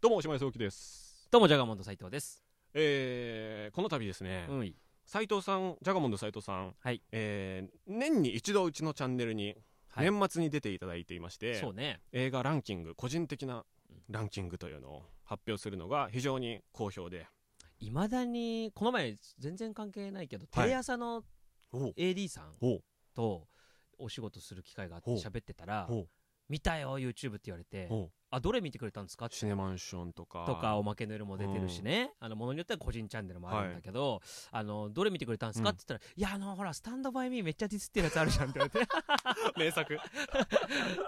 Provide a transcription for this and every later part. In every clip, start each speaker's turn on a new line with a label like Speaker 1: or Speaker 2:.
Speaker 1: どうも、おしまいそうきです。
Speaker 2: どうもジャガモンド斉藤です。
Speaker 1: えーこの度ですね、
Speaker 2: うんい。
Speaker 1: 斉藤さん、ジャガモンド斉藤さん、
Speaker 2: はい
Speaker 1: えー年に一度うちのチャンネルに、
Speaker 2: はい
Speaker 1: 年末に出ていただいていまして、
Speaker 2: そうね。
Speaker 1: 映画ランキング、個人的なランキングというのを発表するのが非常に好評で、
Speaker 2: いまだにこの前全然関係ないけど、
Speaker 1: はい
Speaker 2: テレ朝の
Speaker 1: お
Speaker 2: AD さん
Speaker 1: お
Speaker 2: とお仕事する機会があって
Speaker 1: お
Speaker 2: 喋ってたら
Speaker 1: お
Speaker 2: 「見たよ YouTube」って言われて
Speaker 1: お
Speaker 2: 「あどれ見てくれたんですか?」
Speaker 1: シネマンションとか、
Speaker 2: とか「おまけの夜」も出てるしね、あのものによっては個人チャンネルもあるんだけど、あのどれ見てくれたんですか、
Speaker 1: うん
Speaker 2: って言ったら「いやあのほらスタンドバイミーめっちゃディスってるやつあるじゃん」って言われて
Speaker 1: 名作、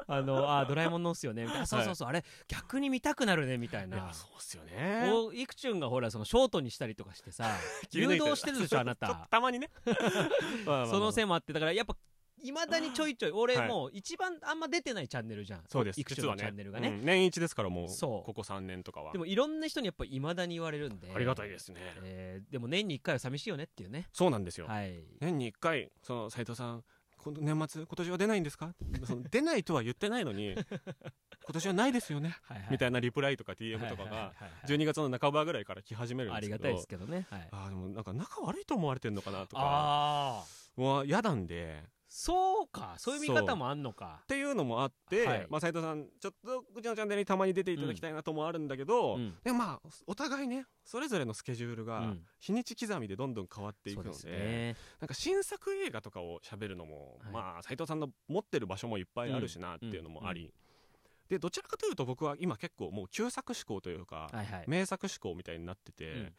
Speaker 2: あのあドラえもんのっすよね」みたいな「そうそうそう、あれ逆に見たくなるね」みたい
Speaker 1: いや
Speaker 2: な。
Speaker 1: そうっすよね。
Speaker 2: おいくちゅんがほらそのショートにしたりとかして さ
Speaker 1: 切り抜
Speaker 2: 誘
Speaker 1: い
Speaker 2: 導してるでしょあな
Speaker 1: ちょっと
Speaker 2: た
Speaker 1: たまにね。まあまあまあ
Speaker 2: そのせいもあってだからやっぱいまだにちょいちょい俺もう一番あんま出てないチャンネルじゃん
Speaker 1: そうです
Speaker 2: いくちゅ
Speaker 1: 実
Speaker 2: ん
Speaker 1: は
Speaker 2: の
Speaker 1: ね
Speaker 2: チャンネルがね
Speaker 1: うん年一ですからもう
Speaker 2: そう
Speaker 1: ここ3年とかは
Speaker 2: でもいろんな人にやっぱいまだに言われるんで
Speaker 1: ありがたいですね、
Speaker 2: えーでも年に1回は寂しいよねっていうね
Speaker 1: そうなんですよ、
Speaker 2: はい
Speaker 1: 年に1回その斉藤さんこの年末今年は出ないんですかその出ないとは言ってないの に今年はないですよね
Speaker 2: はいはい
Speaker 1: みたいなリプライとか DM
Speaker 2: はい
Speaker 1: とか
Speaker 2: はいはい
Speaker 1: が
Speaker 2: はい
Speaker 1: 12月の半ばぐらいから来始めるん
Speaker 2: あ
Speaker 1: ですけ
Speaker 2: りが
Speaker 1: ど
Speaker 2: たいですけどねはい
Speaker 1: あーでもなんか仲悪いと思われてんのかなとか
Speaker 2: ああ
Speaker 1: もう嫌なんで
Speaker 2: そうかそういう見方もあんのか
Speaker 1: っていうのもあって、
Speaker 2: はい
Speaker 1: まあ、斉藤さんちょっとうちのチャンネルにたまに出ていただきたいなともあるんだけど、
Speaker 2: うん
Speaker 1: でもまあお互いねそれぞれのスケジュール
Speaker 2: う
Speaker 1: が、
Speaker 2: ん
Speaker 1: 日にち刻みでどんどん変わっていく
Speaker 2: そう
Speaker 1: の
Speaker 2: で
Speaker 1: です
Speaker 2: ね
Speaker 1: なんか新作映画とかを喋るのも、
Speaker 2: はい
Speaker 1: まあ斉藤さんの持ってる場所もいっぱいあるしなっていうのもあり、
Speaker 2: う
Speaker 1: でどちらかというと僕は今結構もう旧作志向というか、
Speaker 2: はいはい
Speaker 1: 名作志向みたいになってて、
Speaker 2: うん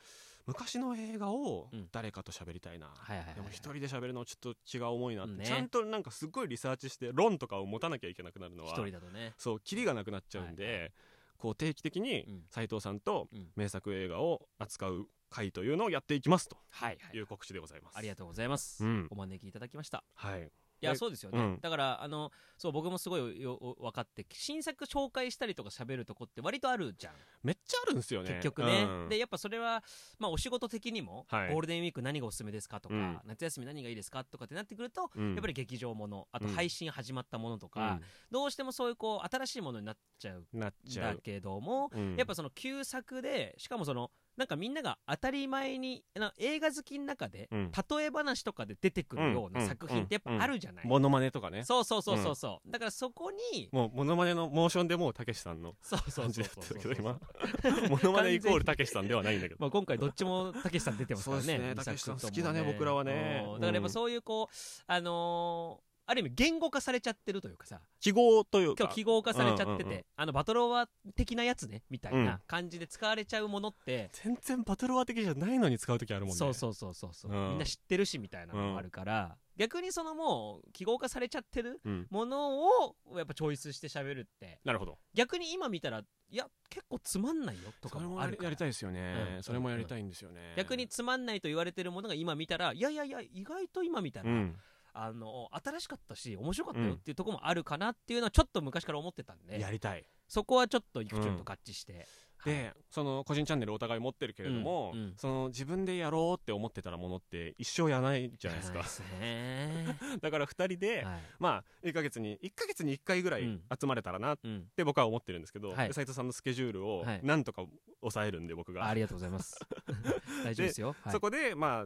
Speaker 1: 昔の映画を
Speaker 2: うん
Speaker 1: 誰かと喋りたいな、
Speaker 2: はいはいはい
Speaker 1: でも一人で喋るのちょっと違う重いなって、
Speaker 2: うんね
Speaker 1: ちゃんとなんかすごいリサーチして論とかを持たなきゃいけなくなるの
Speaker 2: 一
Speaker 1: は
Speaker 2: 人だとね
Speaker 1: そうキリがなくなっちゃうんで、こう定期的に
Speaker 2: うん
Speaker 1: 斉藤さんと
Speaker 2: うん
Speaker 1: 名作映画を扱う回というのをやっていきますと
Speaker 2: はいはい
Speaker 1: いう告知でございます。
Speaker 2: ありがとうございます
Speaker 1: うん
Speaker 2: お招きいただきました
Speaker 1: はい、
Speaker 2: いや
Speaker 1: え
Speaker 2: そうですよね、
Speaker 1: うん
Speaker 2: だからあのそう僕もすごいよ分かって新作紹介したりとか喋るとこって割とあるじゃん、
Speaker 1: めっちゃあるんですよね
Speaker 2: 結局ね、
Speaker 1: うん
Speaker 2: でやっぱそれは、まあ、お仕事的にも、
Speaker 1: はい
Speaker 2: ゴールデンウィーク何がおすすめですかとか、
Speaker 1: うん
Speaker 2: 夏休み何がいいですかとかってなってくると、
Speaker 1: うん
Speaker 2: やっぱり劇場ものあと
Speaker 1: うん
Speaker 2: 配信始まったものとか、どうしてもそういうこう新しいものになっちゃう
Speaker 1: うんなっ
Speaker 2: ん
Speaker 1: ちゃ
Speaker 2: だ
Speaker 1: う、
Speaker 2: けども、
Speaker 1: うん
Speaker 2: やっぱその旧作でしかもそのなんかみんなが当たり前にな映画好きの中で、
Speaker 1: うん
Speaker 2: 例え話とかで出てくるような
Speaker 1: うん
Speaker 2: 作品ってやっぱあるじゃない、
Speaker 1: モノマネとかね
Speaker 2: そうそうそうそうそう、だからそこに
Speaker 1: もうモノマネのモーションでもうたけしさんの
Speaker 2: そうそう
Speaker 1: 感じ
Speaker 2: そう
Speaker 1: だっ
Speaker 2: そう
Speaker 1: た
Speaker 2: そう
Speaker 1: けど今 モノマネイコールたけしさんではないんだけど
Speaker 2: まあ今回どっちもたけしさん出てますからね
Speaker 1: そうですね
Speaker 2: 二作
Speaker 1: たけしさん
Speaker 2: とも
Speaker 1: 好きだね僕らはね
Speaker 2: うんだからやっ
Speaker 1: う
Speaker 2: ぱ
Speaker 1: ん
Speaker 2: そういうこうあのーある意味言語化されちゃってるというかさ
Speaker 1: 記号という
Speaker 2: 今
Speaker 1: か
Speaker 2: 日記号化されちゃってて、
Speaker 1: うんうんうん
Speaker 2: あのバトロワ的なやつねみたい
Speaker 1: うん
Speaker 2: な感じで使われちゃうものって、
Speaker 1: 全然バトルワー的じゃないのに使う時あるもんね
Speaker 2: そうそうそうそうそう、
Speaker 1: うん
Speaker 2: みんな知ってるしみたいなのもあるから、逆にそのもう記号化されちゃってる
Speaker 1: うん、
Speaker 2: ものをやっぱチョイスして喋るって
Speaker 1: なるほど
Speaker 2: 逆に今見たらいや結構つまんないよと
Speaker 1: そ
Speaker 2: か
Speaker 1: れ
Speaker 2: も
Speaker 1: も
Speaker 2: あ
Speaker 1: や
Speaker 2: る
Speaker 1: り
Speaker 2: から
Speaker 1: やりたいですよね、
Speaker 2: うん
Speaker 1: それもやりたいんですよね、
Speaker 2: 逆につまんないと言われてるものが今見たらいやいやいや意外と今見た
Speaker 1: う
Speaker 2: ら、
Speaker 1: ん
Speaker 2: あの新しかったし面白かったよっていうところもあるかなっていうのはちょっと昔から思ってたんで、
Speaker 1: やりたい
Speaker 2: そこはちょっといくちょんと合致して、はい
Speaker 1: でその個人チャンネルお互い持ってるけれども、
Speaker 2: うんうん
Speaker 1: その自分でやろうって思ってたらものって一生やらないじゃないです か、
Speaker 2: やらないですね
Speaker 1: だから2人で、
Speaker 2: はい
Speaker 1: まあ1ヶ月に1ヶ月に1回ぐらい
Speaker 2: うん
Speaker 1: 集まれたらなっ
Speaker 2: うん
Speaker 1: て僕は思ってるんですけど、
Speaker 2: はい
Speaker 1: で斉藤さんのスケジュールを
Speaker 2: はい
Speaker 1: なんとか抑えるんで僕が、
Speaker 2: あありがとうございます 大丈夫ですよはい
Speaker 1: そこでまあ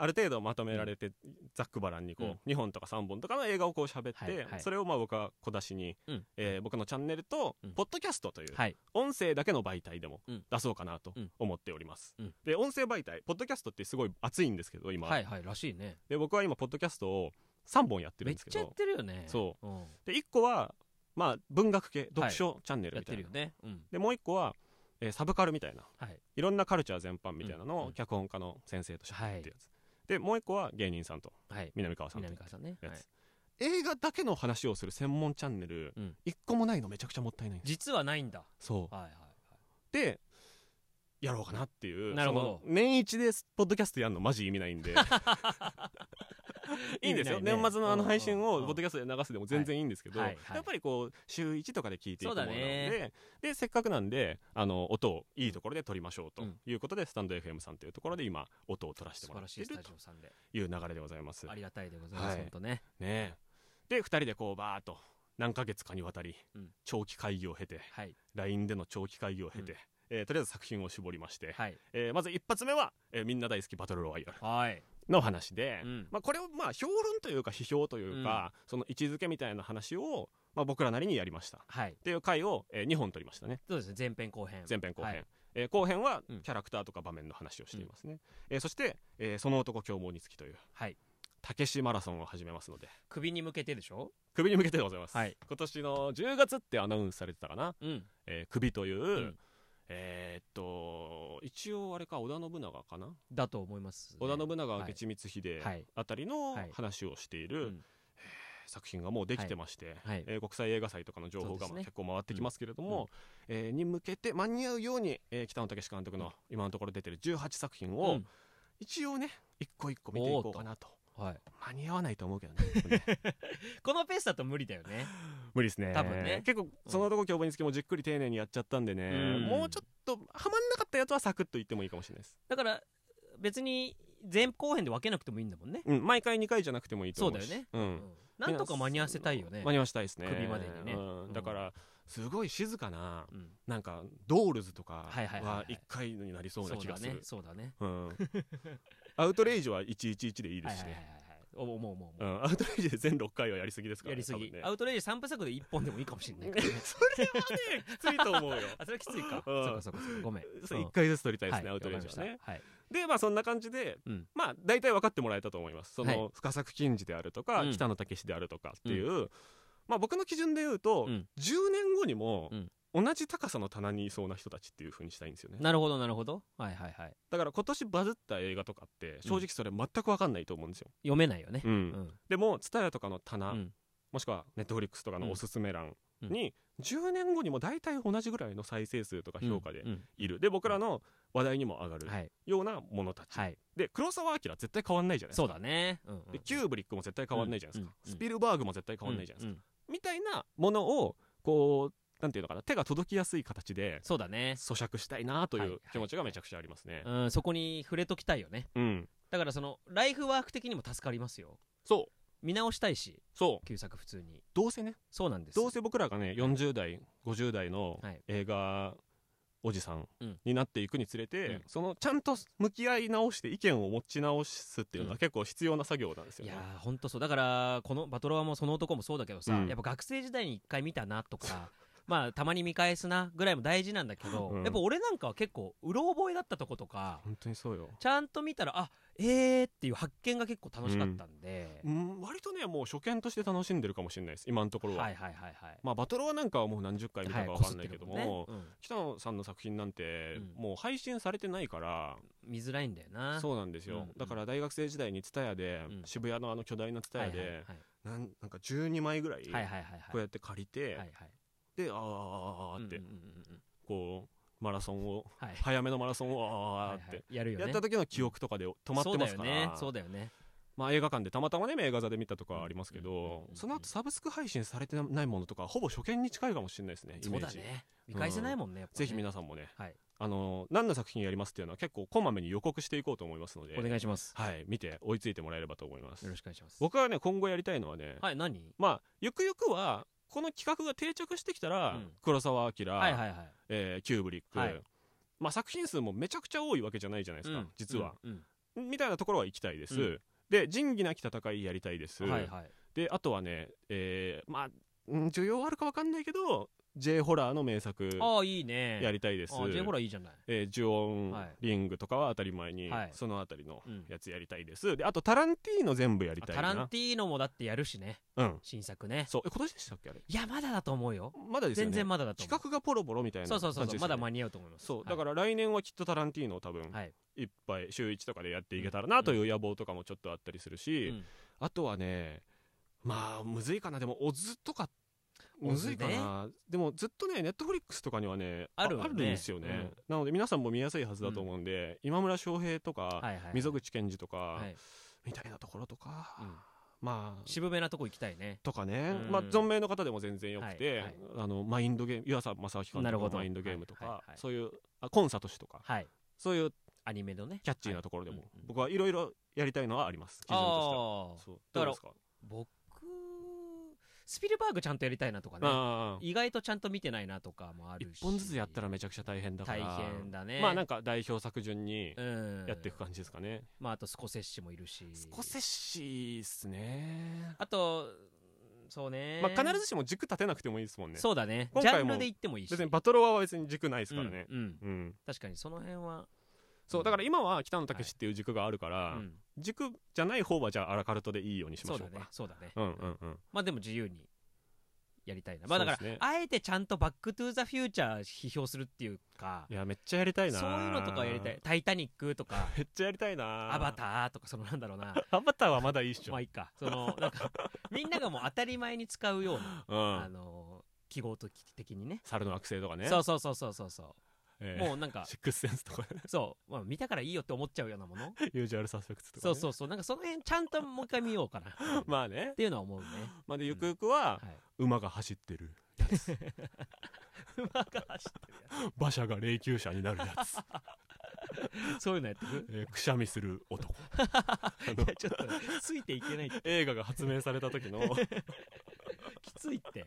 Speaker 1: ある程度まとめられて、ざっくばらんにこう、
Speaker 2: うん
Speaker 1: 2本とか3本とかの映画をこう喋って、
Speaker 2: はいはい
Speaker 1: それをまあ僕は小出しに、
Speaker 2: うん
Speaker 1: えー僕のチャンネルと、
Speaker 2: うん
Speaker 1: ポッドキャストという
Speaker 2: はい
Speaker 1: 音声だけの媒体でも
Speaker 2: うん
Speaker 1: 出そうかなと
Speaker 2: うん
Speaker 1: 思っております、
Speaker 2: うん
Speaker 1: で音声媒体ポッドキャストってすごい熱いんですけど今、
Speaker 2: はいはいらしいね
Speaker 1: で僕は今ポッドキャストを3本やってる
Speaker 2: め
Speaker 1: ん
Speaker 2: っ
Speaker 1: ですけ
Speaker 2: ちゃやっ
Speaker 1: ど
Speaker 2: てるよね
Speaker 1: そ
Speaker 2: うん、
Speaker 1: で1個はまあ文学系読書チャンネル
Speaker 2: やっ
Speaker 1: みた
Speaker 2: て
Speaker 1: いな、
Speaker 2: るよねうん
Speaker 1: でもう1個は、えーサブカルみたいな
Speaker 2: はい
Speaker 1: いろんなカルチャー全般みたいなの
Speaker 2: うんう
Speaker 1: を
Speaker 2: ん
Speaker 1: 脚本家の先生としゃ
Speaker 2: は
Speaker 1: べ
Speaker 2: い
Speaker 1: ってるやつ、でもう1個は芸人さんと
Speaker 2: はい
Speaker 1: 南川さんと
Speaker 2: 南川さんね、は
Speaker 1: や
Speaker 2: い
Speaker 1: つ、映画だけの話をする専門チャンネル、
Speaker 2: うん
Speaker 1: 一1個もないのめちゃくちゃもったいないんです
Speaker 2: 実はないんだ
Speaker 1: そう
Speaker 2: はいはいはい
Speaker 1: でやろうかなっていう
Speaker 2: なるほど
Speaker 1: その年一でポッドキャストやるのマジ意味ないん でいいんですよ、
Speaker 2: 意味ないね
Speaker 1: 年末のあの配信
Speaker 2: うんうんう
Speaker 1: を
Speaker 2: ん
Speaker 1: ポッドキャストで流すでも全然いいんですけど、
Speaker 2: はいはいはい
Speaker 1: やっぱりこう週1とかで聞いていくものなので,、
Speaker 2: そうだ
Speaker 1: でせっかくなんであの音をいいところで撮りましょうと
Speaker 2: うん
Speaker 1: いうことで、スタンド FM さんというところで今音を取らせて
Speaker 2: 素
Speaker 1: もら
Speaker 2: 晴
Speaker 1: っ
Speaker 2: ら
Speaker 1: て
Speaker 2: しい
Speaker 1: る
Speaker 2: スタ
Speaker 1: と
Speaker 2: ジオさんで
Speaker 1: いう流れでございます
Speaker 2: ありがたいでございま
Speaker 1: はい
Speaker 2: す、本当ね
Speaker 1: ねえで2人でこうバーっと何ヶ月かにわたり
Speaker 2: うん
Speaker 1: 長期会議を経て
Speaker 2: はい
Speaker 1: LINE での長期会議を経て、えーとりあえず作品を絞りまして、
Speaker 2: はい
Speaker 1: えーまず一発目は、えーみんな大好きバトルロワイヤル
Speaker 2: はい
Speaker 1: の話で、
Speaker 2: うん
Speaker 1: まあ、これをまあ評論というか批評というか、その位置づけみたいな話を、まあ、僕らなりにやりましたっ
Speaker 2: はい
Speaker 1: ていう回を、え2本撮りましたね
Speaker 2: そうですね前編後編
Speaker 1: 前編後編、
Speaker 2: はい
Speaker 1: えー後編は
Speaker 2: うん
Speaker 1: キャラクターとか場面の話をしていますね、えーそして、えーその男凶暴につき」という
Speaker 2: はい
Speaker 1: たけしマラソンを始めますので
Speaker 2: 首に向けてでしょ
Speaker 1: 首に向けてでございます、
Speaker 2: はい
Speaker 1: 今年の10月ってアナウンスされてたかな、
Speaker 2: うん
Speaker 1: えー首という、
Speaker 2: ん
Speaker 1: えーっと一応あれか織田信長かな
Speaker 2: だと思いますね
Speaker 1: 織田信長
Speaker 2: はい
Speaker 1: 明智光秀
Speaker 2: はい
Speaker 1: あたりの
Speaker 2: はい
Speaker 1: 話をしていうる
Speaker 2: ん
Speaker 1: 作品がもうできてまして、
Speaker 2: はい
Speaker 1: えー国際映画祭とかの情報
Speaker 2: そうで
Speaker 1: が
Speaker 2: す
Speaker 1: ま
Speaker 2: ね
Speaker 1: あ結構回ってきますけれども、えーに向けて間に合うように、えー北野武監督の今のところ出てる18作品
Speaker 2: う
Speaker 1: を
Speaker 2: ん
Speaker 1: 一応ね一個一個見ていこうかなと
Speaker 2: はい
Speaker 1: 間に合わないと思うけど ね
Speaker 2: このペースだと無理だよね
Speaker 1: 無理ですね
Speaker 2: 多分ね
Speaker 1: 結構そのとこ凶暴につきもじっくり丁寧にやっちゃったんでね、
Speaker 2: うん
Speaker 1: もうちょっとはまんなかったやつはサクッと言ってもいいかもしれないです、
Speaker 2: だから別に前後編で分けなくてもいいんだもんね
Speaker 1: うん、毎回2回じゃなくてもいいと思うし
Speaker 2: そうだよね
Speaker 1: うん
Speaker 2: うんなんとか間に合わせたいよね
Speaker 1: 間に合わせたいですね
Speaker 2: 首までにね
Speaker 1: うん
Speaker 2: うん
Speaker 1: だからすごい静かな
Speaker 2: うん
Speaker 1: なんかドールズとか
Speaker 2: はいはいはいは
Speaker 1: はい1回になりそう
Speaker 2: そ
Speaker 1: な
Speaker 2: う
Speaker 1: 気
Speaker 2: だ
Speaker 1: がす
Speaker 2: ね
Speaker 1: る
Speaker 2: そうだね
Speaker 1: うんアウトレイジは111でいいで
Speaker 2: はい
Speaker 1: す
Speaker 2: は
Speaker 1: し
Speaker 2: いはいはい
Speaker 1: ね
Speaker 2: おもうもうも
Speaker 1: う
Speaker 2: うん
Speaker 1: アウトレイジで全6回はやりすぎですから
Speaker 2: や
Speaker 1: ね
Speaker 2: りすぎ
Speaker 1: 多分ね
Speaker 2: アウトレイジ3部作で1本でもいいかもしれ ないからね
Speaker 1: きついと思うよ
Speaker 2: あそれはきついか
Speaker 1: うん
Speaker 2: そうかそうかそうかごめん
Speaker 1: そう
Speaker 2: うん
Speaker 1: 1回ずつ撮りたいですね
Speaker 2: はい
Speaker 1: アウトレイジは
Speaker 2: わかり
Speaker 1: ね
Speaker 2: ましたはい
Speaker 1: でまあそんな感じで
Speaker 2: うん
Speaker 1: まあ大体分かってもらえたと思いますそ
Speaker 2: はい
Speaker 1: の深作金次であるとか
Speaker 2: うん
Speaker 1: 北野武であるとかっていうまあ僕の基準で言うと
Speaker 2: うん
Speaker 1: 10年後にも
Speaker 2: うん
Speaker 1: 同じ高さの棚にいそうな人たちっていう風にしたいんですよね
Speaker 2: なるほどなるほどはいはいはい
Speaker 1: だから今年バズった映画とかって正直それ全く分かんないと思うんですよ、
Speaker 2: 読めないよね
Speaker 1: うん
Speaker 2: うん
Speaker 1: でも TSUTAYA とかの棚、
Speaker 2: うん
Speaker 1: もしくは Netflix とか
Speaker 2: う
Speaker 1: の
Speaker 2: ん
Speaker 1: おすすめ欄に10年後にも大体同じぐらいの再生数とか評価で
Speaker 2: うんうん
Speaker 1: いる、で僕らの話題にも上がる
Speaker 2: はい
Speaker 1: ようなものたち、
Speaker 2: はい
Speaker 1: で黒澤明絶対変わんないじゃないです
Speaker 2: そ
Speaker 1: か
Speaker 2: うだねうんうん
Speaker 1: でキューブリックも絶対変わんないじゃないですか、
Speaker 2: うんうん
Speaker 1: スピルバーグも絶対変わんないじゃないですか、
Speaker 2: うんうん
Speaker 1: みたいなものをこうなんていうのかな手が届きやすい形で
Speaker 2: そうだね
Speaker 1: 咀嚼したいなと
Speaker 2: はい
Speaker 1: い
Speaker 2: は
Speaker 1: う
Speaker 2: い
Speaker 1: 気持ちがめちゃくちゃありますね、
Speaker 2: うんそこに触れときたいよね
Speaker 1: うん
Speaker 2: だからそのライフワーク的にも助かりますよ
Speaker 1: そう
Speaker 2: 見直したいし
Speaker 1: そう
Speaker 2: 旧作普通に
Speaker 1: どうせね
Speaker 2: そうなんです
Speaker 1: どうせ僕らがね40代50代の
Speaker 2: はい
Speaker 1: 映画おじさん
Speaker 2: うん
Speaker 1: になっていくにつれて、
Speaker 2: うん
Speaker 1: そのちゃんと向き合い直して意見を持ち直すっていうの
Speaker 2: うん
Speaker 1: は結構必要な作業なんですよ
Speaker 2: い
Speaker 1: ね
Speaker 2: や、ーほんとそうだからこのバトロワもその男もそうだけどさ、
Speaker 1: うん
Speaker 2: やっぱ学生時代に一回見たなとか まあたまに見返すなぐらいも大事なんだけど、
Speaker 1: うん
Speaker 2: やっぱ俺なんかは結構うろ覚えだったとことか
Speaker 1: 本当にそうよ、
Speaker 2: ちゃんと見たらあえーっていう発見が結構楽しかったんで、
Speaker 1: うん、割とねもう初見として楽しんでるかもしれないです今のところは、
Speaker 2: はいはいはいはい
Speaker 1: まあバトロワなんかはもう何十回見たかわかんないけども、
Speaker 2: はいこすってるもんね
Speaker 1: 北野さんの作品なんて
Speaker 2: うん
Speaker 1: もう配信されてないから、
Speaker 2: うん見づらいんだよな
Speaker 1: そうなんですよ、
Speaker 2: うんうん
Speaker 1: だから大学生時代に TSUTAYA で、
Speaker 2: うん
Speaker 1: 渋谷のあの巨大な
Speaker 2: は
Speaker 1: TSUTAYA
Speaker 2: い
Speaker 1: で、
Speaker 2: はいはい
Speaker 1: なんなんか12枚ぐらい
Speaker 2: はいはいはい
Speaker 1: こうやって借りて、
Speaker 2: はいはい
Speaker 1: であーあーあーあーって、
Speaker 2: うんうんうんうん
Speaker 1: こうマラソンを
Speaker 2: はい
Speaker 1: 早めのマラソンをあーあーあーって、
Speaker 2: はいはいやるよね
Speaker 1: やった時の記憶とかで止まってますから、
Speaker 2: そうだよねそうだよね
Speaker 1: まあ、映画館でたまたまね映画座で見たとかはありますけど、
Speaker 2: うんうんうんうん
Speaker 1: その後サブスク配信されてないものとかはほぼ初見に近いかもしれないですねイ
Speaker 2: そ
Speaker 1: メ
Speaker 2: う
Speaker 1: ー
Speaker 2: だ
Speaker 1: ジ、
Speaker 2: ね見返せないもんね、やっぱね
Speaker 1: ぜひ皆さんもね、
Speaker 2: はい
Speaker 1: あの何の作品やりますっていうのは結構こまめに予告していこうと思いますので
Speaker 2: お願いします
Speaker 1: はい、見て追いついてもらえればと思います
Speaker 2: よろしくお願いします
Speaker 1: 僕はね今後やりたいのはね、
Speaker 2: はい何
Speaker 1: まあゆくゆくはこの企画が定着してきたら、
Speaker 2: うん
Speaker 1: 黒澤明、
Speaker 2: はいはいはい
Speaker 1: えーキューブリック、
Speaker 2: はい
Speaker 1: まあ、作品数もめちゃくちゃ多いわけじゃないじゃないですか、
Speaker 2: うん
Speaker 1: 実は、、
Speaker 2: うん
Speaker 1: みたいなところは行きたいです、
Speaker 2: うん
Speaker 1: で仁義なき戦いやりたいです、
Speaker 2: うんはいはい
Speaker 1: であとはね、えーまあうん需要あるか分かんないけど J ホラーの名作
Speaker 2: ああいいね
Speaker 1: や
Speaker 2: り
Speaker 1: りたいです、
Speaker 2: ああ J ホラーいいじゃない
Speaker 1: えージュオン、
Speaker 2: はい
Speaker 1: リングとかは当たり前に、
Speaker 2: はい
Speaker 1: そのあたりの
Speaker 2: うん
Speaker 1: やつやりたいですであとタランティーノ全部やり
Speaker 2: あ
Speaker 1: たい
Speaker 2: タ
Speaker 1: な
Speaker 2: ランティーノもだってやるしね
Speaker 1: うん
Speaker 2: 新作ね
Speaker 1: そうえ今年でしたっけあれ
Speaker 2: いやまだだと思うよ
Speaker 1: まだですよね
Speaker 2: 全然まだだと思う
Speaker 1: 企画がポロポロみたいな
Speaker 2: そ
Speaker 1: 感
Speaker 2: う
Speaker 1: じ
Speaker 2: そうそうそ
Speaker 1: で
Speaker 2: う、
Speaker 1: すよね
Speaker 2: まだ間に合うと思います
Speaker 1: そうだから来年はきっとタランティーノを多分、、
Speaker 2: はいい、
Speaker 1: っぱい週1とかでやっていけたらなという野望とかもちょっとあったりするし、
Speaker 2: うん
Speaker 1: あとはねまあむずいかなでもオズとか
Speaker 2: オ
Speaker 1: む
Speaker 2: ズ
Speaker 1: ず
Speaker 2: ね
Speaker 1: いかな、でもずっとねネットフリックスとかにはね
Speaker 2: あるよね
Speaker 1: んですよね、なので皆さんも見やすいはずだと思うんで、今村翔平とか、
Speaker 2: はいはいはい
Speaker 1: 溝口健二とか、
Speaker 2: はい
Speaker 1: みたいなところとか、
Speaker 2: うん
Speaker 1: まあ
Speaker 2: 渋めなとこ行きたいね
Speaker 1: とかね、
Speaker 2: うん
Speaker 1: まあ、存命の方でも全然よくて、
Speaker 2: はいはい
Speaker 1: あのマインドゲーム湯浅正明監
Speaker 2: なるほ
Speaker 1: 督
Speaker 2: ど
Speaker 1: のマインドゲームとか、
Speaker 2: はいはいはい
Speaker 1: そういうあコンサート誌とか
Speaker 2: はい
Speaker 1: そういう
Speaker 2: アニメのね
Speaker 1: キャッチーなところでも、
Speaker 2: はいうんうん
Speaker 1: 僕はいろいろやりたいのはあります基準としては
Speaker 2: ああ
Speaker 1: そうど
Speaker 2: だか
Speaker 1: う
Speaker 2: ら
Speaker 1: ですか
Speaker 2: 僕スピルバーグちゃんとやりたいなとかね
Speaker 1: ああ
Speaker 2: 意外とちゃんと見てないなとかもあるし
Speaker 1: 一本ずつやったらめちゃくちゃ大変だか
Speaker 2: 大
Speaker 1: ら
Speaker 2: 変だね
Speaker 1: まあなん
Speaker 2: か、
Speaker 1: か代表作順に
Speaker 2: うん、
Speaker 1: やっていく感じですかね、
Speaker 2: まああとスコセッシもいるし
Speaker 1: スコセッシっすね
Speaker 2: あとそうね
Speaker 1: まあ必ずしも軸立てなくてもいいですもんね
Speaker 2: そうだね
Speaker 1: 今
Speaker 2: ジャ
Speaker 1: 回も
Speaker 2: ンルで言ってもいいし
Speaker 1: 別にバトロワは別に軸ないですからね
Speaker 2: うんうん
Speaker 1: うん、
Speaker 2: 確かにその辺は
Speaker 1: そうだから今は北野武っていう軸があるから、
Speaker 2: うん
Speaker 1: 軸じゃない方はじゃあアラカルトでいいようにしま
Speaker 2: そう
Speaker 1: しょ
Speaker 2: だ
Speaker 1: う
Speaker 2: ね
Speaker 1: か
Speaker 2: そうだね
Speaker 1: う,、んうんうん
Speaker 2: まあでも自由にやりたいなまあだから、
Speaker 1: そうですね
Speaker 2: あえてちゃんとバックトゥーザフューチャー批評するっていうか
Speaker 1: いやめっちゃやりたいな
Speaker 2: そういうのとかやりたい「タイタニック」とか
Speaker 1: めっちゃやりたい
Speaker 2: 「
Speaker 1: な
Speaker 2: アバター」とかそのなんだろうな
Speaker 1: ーアバターはまだいいっしょ、
Speaker 2: まあいいかそのなんかみんながもう当たり前に使うような、あ
Speaker 1: うん
Speaker 2: の記号と的にね
Speaker 1: 猿の惑星とかね
Speaker 2: そうそうそうそうそうそう、
Speaker 1: ええ
Speaker 2: もうなんか
Speaker 1: シックスセンスとかね
Speaker 2: そう、まあ、見たからいいよって思っちゃうような もの、
Speaker 1: ユージュアルサスペクツとか、
Speaker 2: そ
Speaker 1: ね、
Speaker 2: うそうそうなんかその辺ちゃんともう一回見よう かなっ
Speaker 1: まあね
Speaker 2: ていうのは思うね、
Speaker 1: まあでゆくゆくは
Speaker 2: は、い、
Speaker 1: 馬が走ってる
Speaker 2: 馬が走ってるや
Speaker 1: 馬車が霊柩車になるや つ、
Speaker 2: つそういうのやってく
Speaker 1: えーくしゃみする 男あの
Speaker 2: い やちょっとついていけない
Speaker 1: 映画が発明された 時の
Speaker 2: きついって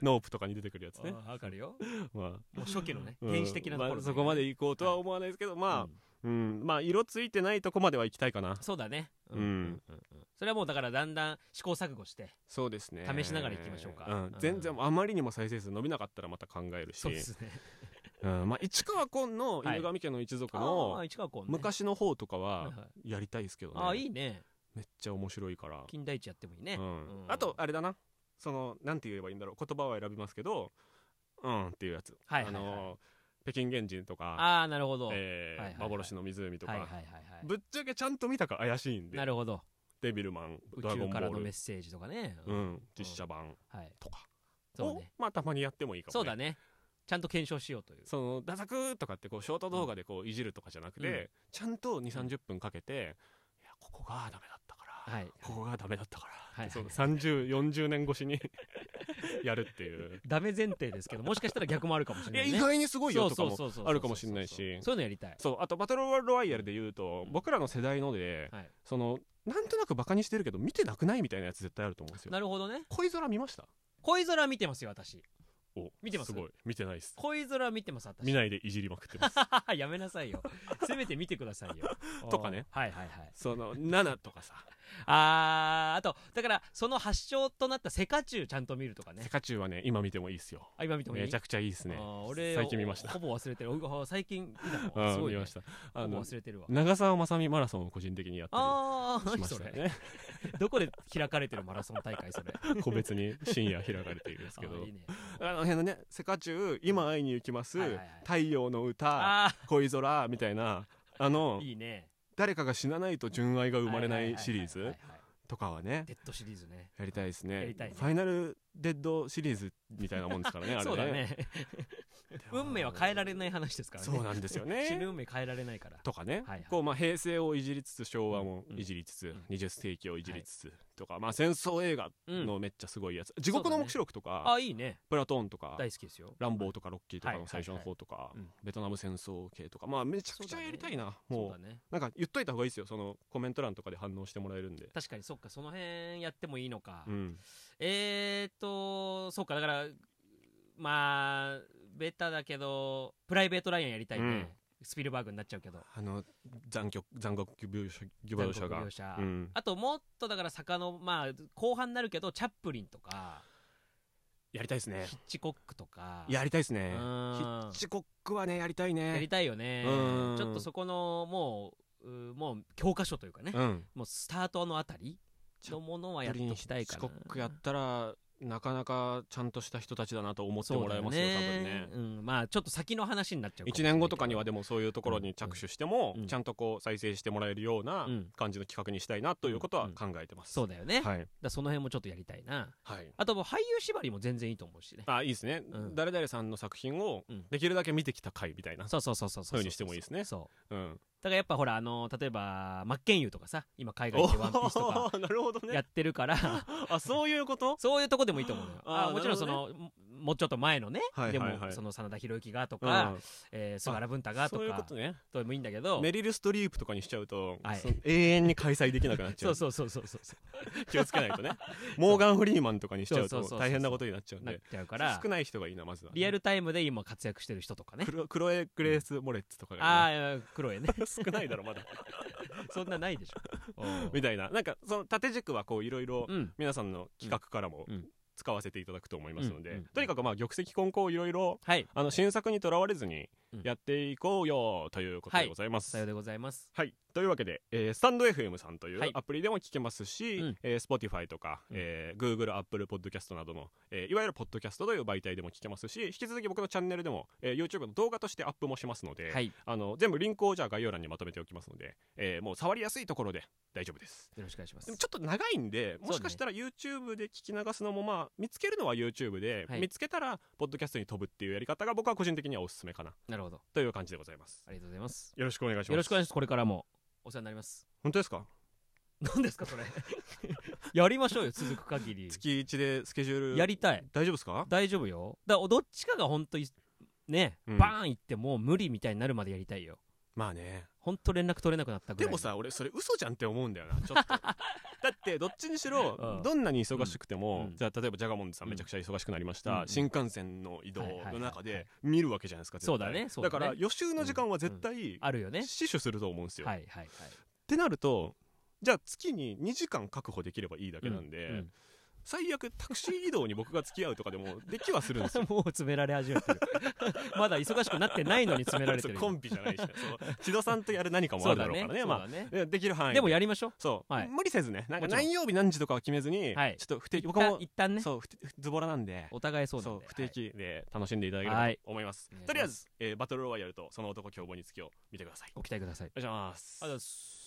Speaker 1: ノープとかに出てくるやつね
Speaker 2: わかるよ
Speaker 1: まあ
Speaker 2: もう初期のね
Speaker 1: うん
Speaker 2: 原始的なところ、
Speaker 1: まあそこまで行こうとは思わないですけど、ま
Speaker 2: うん
Speaker 1: あ、うん、まあ色ついてないとこまでは行きたいかな
Speaker 2: そうだね
Speaker 1: うん
Speaker 2: それはもうだからだんだん試行錯誤して
Speaker 1: そうですね
Speaker 2: 試しながら行きましょうか
Speaker 1: ん、全然あまりにも再生数伸びなかったらまた考えるし
Speaker 2: そうですね
Speaker 1: うんまあ、市川紺の
Speaker 2: はい
Speaker 1: 犬神家の一族
Speaker 2: あ
Speaker 1: の
Speaker 2: ー市川公ね
Speaker 1: 昔の方とか
Speaker 2: はい
Speaker 1: は
Speaker 2: はい
Speaker 1: やりたいですけどね、
Speaker 2: あーいいね
Speaker 1: めっちゃ面白いから、
Speaker 2: 金田一やってもいいね、
Speaker 1: うん
Speaker 2: う、ん
Speaker 1: あとあれだなそのなんて言えばいいんだろう言葉は選びますけどうんっていうやつ、
Speaker 2: はいはいはい
Speaker 1: あの北京原人とか、
Speaker 2: ああなるほど、
Speaker 1: えー
Speaker 2: はいはいはい
Speaker 1: 幻の湖とか、
Speaker 2: はいはいはいはい
Speaker 1: ぶっちゃけちゃんと見たから怪しいんで
Speaker 2: なるほど
Speaker 1: デビルマン
Speaker 2: 宇
Speaker 1: ドラゴ
Speaker 2: 宙
Speaker 1: ンボ
Speaker 2: からの
Speaker 1: ー
Speaker 2: メッ
Speaker 1: ル、
Speaker 2: セージとかね、
Speaker 1: う
Speaker 2: うん
Speaker 1: ん、実写版
Speaker 2: はい
Speaker 1: とか
Speaker 2: そう
Speaker 1: を、
Speaker 2: ね
Speaker 1: まあたまにやってもいいかも、ね、
Speaker 2: そうだねちゃんと検証しようという
Speaker 1: その「ダサく」とかってこうショート動画でこういじるとかじゃなくて、
Speaker 2: うん
Speaker 1: ちゃんと2 3 0分かけて「いやここがダメだったから、
Speaker 2: はい
Speaker 1: ここがダメだったから」
Speaker 2: はい
Speaker 1: その3040年越しに やるっていう。
Speaker 2: ダメ前提ですけどもしかしたら逆もあるかもしれ
Speaker 1: い
Speaker 2: な
Speaker 1: や
Speaker 2: い、ね、
Speaker 1: 意外にすごいよとかも
Speaker 2: そうそうそうそう
Speaker 1: あるかもしんないし
Speaker 2: そういうのやりたい
Speaker 1: そうあとバトルロワイヤルで言うと僕らの世代ので
Speaker 2: はい
Speaker 1: そのなんとなくバカにしてるけど見てなくないみたいなやつ絶対あると思うんですよ
Speaker 2: なるほどね
Speaker 1: 恋空見ました
Speaker 2: 恋空見てますよ私
Speaker 1: お
Speaker 2: 見てます
Speaker 1: すごい見てないっす
Speaker 2: 恋空 見てます私
Speaker 1: 見ないでいじりまくってます
Speaker 2: い やめなさいよせめて見てくださいよ
Speaker 1: とかね
Speaker 2: はいはいはい
Speaker 1: その7とかさ
Speaker 2: あーあとだからその発祥となったセカチュウちゃんと見るとか
Speaker 1: 「セ
Speaker 2: ね
Speaker 1: カチュウ」はね今見てもいいっすよ
Speaker 2: あ今見てもいい
Speaker 1: めちゃくちゃいいっすね
Speaker 2: あー俺
Speaker 1: 最近見ま した
Speaker 2: ほぼ忘れてるうわ最近見た
Speaker 1: う
Speaker 2: の
Speaker 1: ん
Speaker 2: すご
Speaker 1: 見
Speaker 2: い、ね、
Speaker 1: ました あ
Speaker 2: ほぼ
Speaker 1: の
Speaker 2: 忘れてるわ
Speaker 1: 長澤まさみマラソンを個人的にやった
Speaker 2: ああ
Speaker 1: りし
Speaker 2: 何
Speaker 1: ま
Speaker 2: そ
Speaker 1: した
Speaker 2: れ、
Speaker 1: ね
Speaker 2: どこで開かれてるマラソン大会それ
Speaker 1: 個別に深夜開かれているんですけど
Speaker 2: あーいいね
Speaker 1: あの辺のね「セカチュウ今会いに行きます」
Speaker 2: はいはいはい
Speaker 1: 太陽の歌」
Speaker 2: あ
Speaker 1: 「恋空」みたいなあ
Speaker 2: あ
Speaker 1: の
Speaker 2: いいね
Speaker 1: 誰かが死なないと純愛が生まれないシリー
Speaker 2: はいは
Speaker 1: ズ
Speaker 2: いはいはいはい
Speaker 1: とかはね
Speaker 2: デッドシリーズね
Speaker 1: やりたいです
Speaker 2: や
Speaker 1: ね
Speaker 2: りたいね
Speaker 1: ファイナルデッドシリーズみたいなもんですからねあれね
Speaker 2: そうだ ね運命は変えられない話ですからね
Speaker 1: そうなんですよね
Speaker 2: 死ぬ運命変えられないから
Speaker 1: とかね、
Speaker 2: はいはい
Speaker 1: こうまあ平成をいじりつつ昭和もいじりつつ、
Speaker 2: ん
Speaker 1: 20世紀をいじりつつとか、まあ、戦争映画のめっちゃすごいやつ「地獄の黙示録」とか、
Speaker 2: あいいね
Speaker 1: プラトーン」とか
Speaker 2: 大好きですよ
Speaker 1: 「ランボー」とか「ロッキー」とか
Speaker 2: は
Speaker 1: の
Speaker 2: い
Speaker 1: 最初の方とか、
Speaker 2: いはいうん
Speaker 1: ベトナム戦争系とかまあめちゃくちゃやりたいな、
Speaker 2: そう
Speaker 1: も
Speaker 2: だ
Speaker 1: う
Speaker 2: ね
Speaker 1: なんか言っといた方がいいですよそのコメント欄とかで反応してもらえるんで。
Speaker 2: 確かにそっかその辺やってもいいのか、
Speaker 1: うん、
Speaker 2: えーっとそうかだからまあベタだけどプライベートライアンやりたいね、
Speaker 1: うん
Speaker 2: スピルバーグになっちゃうけど
Speaker 1: あの残酷残酷描写描写が
Speaker 2: 残酷描写
Speaker 1: うん、
Speaker 2: あともっとだから坂のまあ後半になるけどチャップリンとか
Speaker 1: やりたいですね
Speaker 2: ヒッチコックとか
Speaker 1: やりたいです
Speaker 2: う
Speaker 1: ねヒ
Speaker 2: ん
Speaker 1: ッチコックはねやりたい
Speaker 2: やり
Speaker 1: ね
Speaker 2: たいよね
Speaker 1: うん
Speaker 2: ちょっとそこのもううもう教科書というかね、
Speaker 1: うん
Speaker 2: もうスタートのあたりのものはやっときたいか
Speaker 1: 四
Speaker 2: ら
Speaker 1: 国やったらなかなかちゃんとした人たちだなと思ってもらえますよ、多分ね
Speaker 2: 多分ね、うん、まあちょっと先の話になっちゃうかも
Speaker 1: 1
Speaker 2: しれないけど
Speaker 1: 年後とかにはでもそういうところに着手しても、
Speaker 2: うん
Speaker 1: ちゃんとこう再生してもらえるような
Speaker 2: うん
Speaker 1: 感じの企画にしたいなということは考えてます、
Speaker 2: そうだよね、だか
Speaker 1: はい、
Speaker 2: らその辺もちょっとやりたいな
Speaker 1: はい、
Speaker 2: あともう俳優縛りも全然いいと思うしね
Speaker 1: あいいですね、
Speaker 2: うん
Speaker 1: 誰々さんの作品を
Speaker 2: うん
Speaker 1: できるだけ見てきた回みたいな、
Speaker 2: そうそうそうそう
Speaker 1: そういうふうにしてもいいですね
Speaker 2: そう
Speaker 1: うん、
Speaker 2: だからやっぱほらあの例えばマッケンユーとかさ今海外でワンピースとか
Speaker 1: おーなるほど
Speaker 2: や
Speaker 1: ね
Speaker 2: ってるから、
Speaker 1: あそういうこと
Speaker 2: そういうとこでもいいと思うのよ
Speaker 1: あー
Speaker 2: あもちろんそ
Speaker 1: なる
Speaker 2: の、もうちょっと前のね、
Speaker 1: はいはいはい
Speaker 2: でもその真田広之がと
Speaker 1: うん
Speaker 2: か、えー菅原文太がと
Speaker 1: そういうこ
Speaker 2: か
Speaker 1: とね
Speaker 2: どうでもいいんだけど
Speaker 1: メリル・ストリープとかにしちゃうと、
Speaker 2: はい
Speaker 1: その永遠に開催できなくなっちゃ
Speaker 2: そううそうそうそうそうそ
Speaker 1: 気をつけない とねモーガン・フリーマンとかにしちゃう
Speaker 2: そうそうそうそ
Speaker 1: と
Speaker 2: う
Speaker 1: 大変なことになっちゃう
Speaker 2: うんなっ
Speaker 1: で
Speaker 2: ちゃうから
Speaker 1: 少ない人がいいなまずはね、
Speaker 2: リアルタイムで今活躍してる人とかね
Speaker 1: クロクロエ・グレース・モレッツとかが
Speaker 2: あ
Speaker 1: ね、
Speaker 2: あ黒いね
Speaker 1: 少ないだろまだ
Speaker 2: そんなないでしょうん
Speaker 1: みたいななんかその縦軸はこういろいろ
Speaker 2: うん
Speaker 1: 皆さんの企画からも
Speaker 2: うん
Speaker 1: 使わせていただくと思いますので、
Speaker 2: うんうん
Speaker 1: とにかくまあ玉石混交いろいろ
Speaker 2: はい
Speaker 1: あの新作にとらわれずに
Speaker 2: うん
Speaker 1: やっていこうよということでございます。
Speaker 2: さ
Speaker 1: は
Speaker 2: よ
Speaker 1: い、
Speaker 2: うでございます
Speaker 1: というわけで、えースタンド FM さんとい
Speaker 2: は
Speaker 1: う
Speaker 2: い
Speaker 1: アプリでも聞けますし、
Speaker 2: うん
Speaker 1: えー Spotify とか、
Speaker 2: うん
Speaker 1: えー Google、Apple Podcast などの、えーいわゆるポッドキャストという媒体でも聞けますし引き続き僕のチャンネルでも、えー YouTube の動画としてアップもしますので、
Speaker 2: はいよ
Speaker 1: あの全部リンクをじゃあ概要欄にまとめておきますので、えーもう触りやすいところで大丈夫です。
Speaker 2: ろしくお願いします
Speaker 1: でもちょっと長いんで
Speaker 2: ね
Speaker 1: もしかしたら YouTube で聞き流すのもまあ見つけるのは YouTube で、
Speaker 2: はい
Speaker 1: 見つけたらポッドキャストに飛ぶっていうやり方が僕は個人的にはおすすめかな
Speaker 2: なるほど
Speaker 1: という感じでございます
Speaker 2: ありがとうございます
Speaker 1: よろしくお願いします
Speaker 2: よろしくお願いしますこれからもお世話になります
Speaker 1: 本当ですか
Speaker 2: 何ですかそれ やりましょうよ続く限り
Speaker 1: 月一でスケジュール
Speaker 2: やりたい
Speaker 1: 大丈夫ですか
Speaker 2: 大丈夫よだからどっちかが本当にね、
Speaker 1: うん
Speaker 2: バーンいってもう無理みたいになるまでやりたいよ
Speaker 1: まあね
Speaker 2: 本当連絡取れなくなったぐ
Speaker 1: で
Speaker 2: らい
Speaker 1: もさ俺それ嘘じゃんって思うんだよなちょ っとだってどっちにしろ、
Speaker 2: うん
Speaker 1: どんなに忙しくても、
Speaker 2: うん
Speaker 1: じゃあ例えばジャガモンドさんめちゃくちゃ忙しくなりました、
Speaker 2: うん
Speaker 1: 新幹線の移動の中
Speaker 2: はいはいはいはい
Speaker 1: で見るわけじゃないですか絶対
Speaker 2: そうだねそうだね
Speaker 1: から予習の時間は絶対
Speaker 2: あるよね
Speaker 1: 死守すると思うんですよ、
Speaker 2: はいはいはい
Speaker 1: ってなるとじゃあ月に2時間確保できればいいだけなんで、
Speaker 2: うんうん
Speaker 1: 最悪タクシー移動に僕が付き合うとかでもできはするんです よ
Speaker 2: もう詰められ始めてる まだ忙しくなってないのに詰められてる
Speaker 1: そうコンビじゃないしねそう千戸さんとやる何かもあるだろうからね
Speaker 2: そう
Speaker 1: ま
Speaker 2: だね
Speaker 1: あでできる範囲
Speaker 2: でもやりましょ
Speaker 1: そう、
Speaker 2: はい
Speaker 1: 無理せずねなんか
Speaker 2: もちろん
Speaker 1: 何曜日何時とかは決めずに、
Speaker 2: はい
Speaker 1: ちょっと不定
Speaker 2: う
Speaker 1: 期僕も、
Speaker 2: 一旦ね
Speaker 1: そう不定ズボラなんで
Speaker 2: お互いそうなん
Speaker 1: そ
Speaker 2: で
Speaker 1: う不定期で楽しんでいただければ
Speaker 2: はい
Speaker 1: と思います、
Speaker 2: お願いします
Speaker 1: とりあえず、えーバトルロワイヤルとその男凶暴につきを見てください
Speaker 2: ご期待ください
Speaker 1: お願いします
Speaker 2: ありがとうございます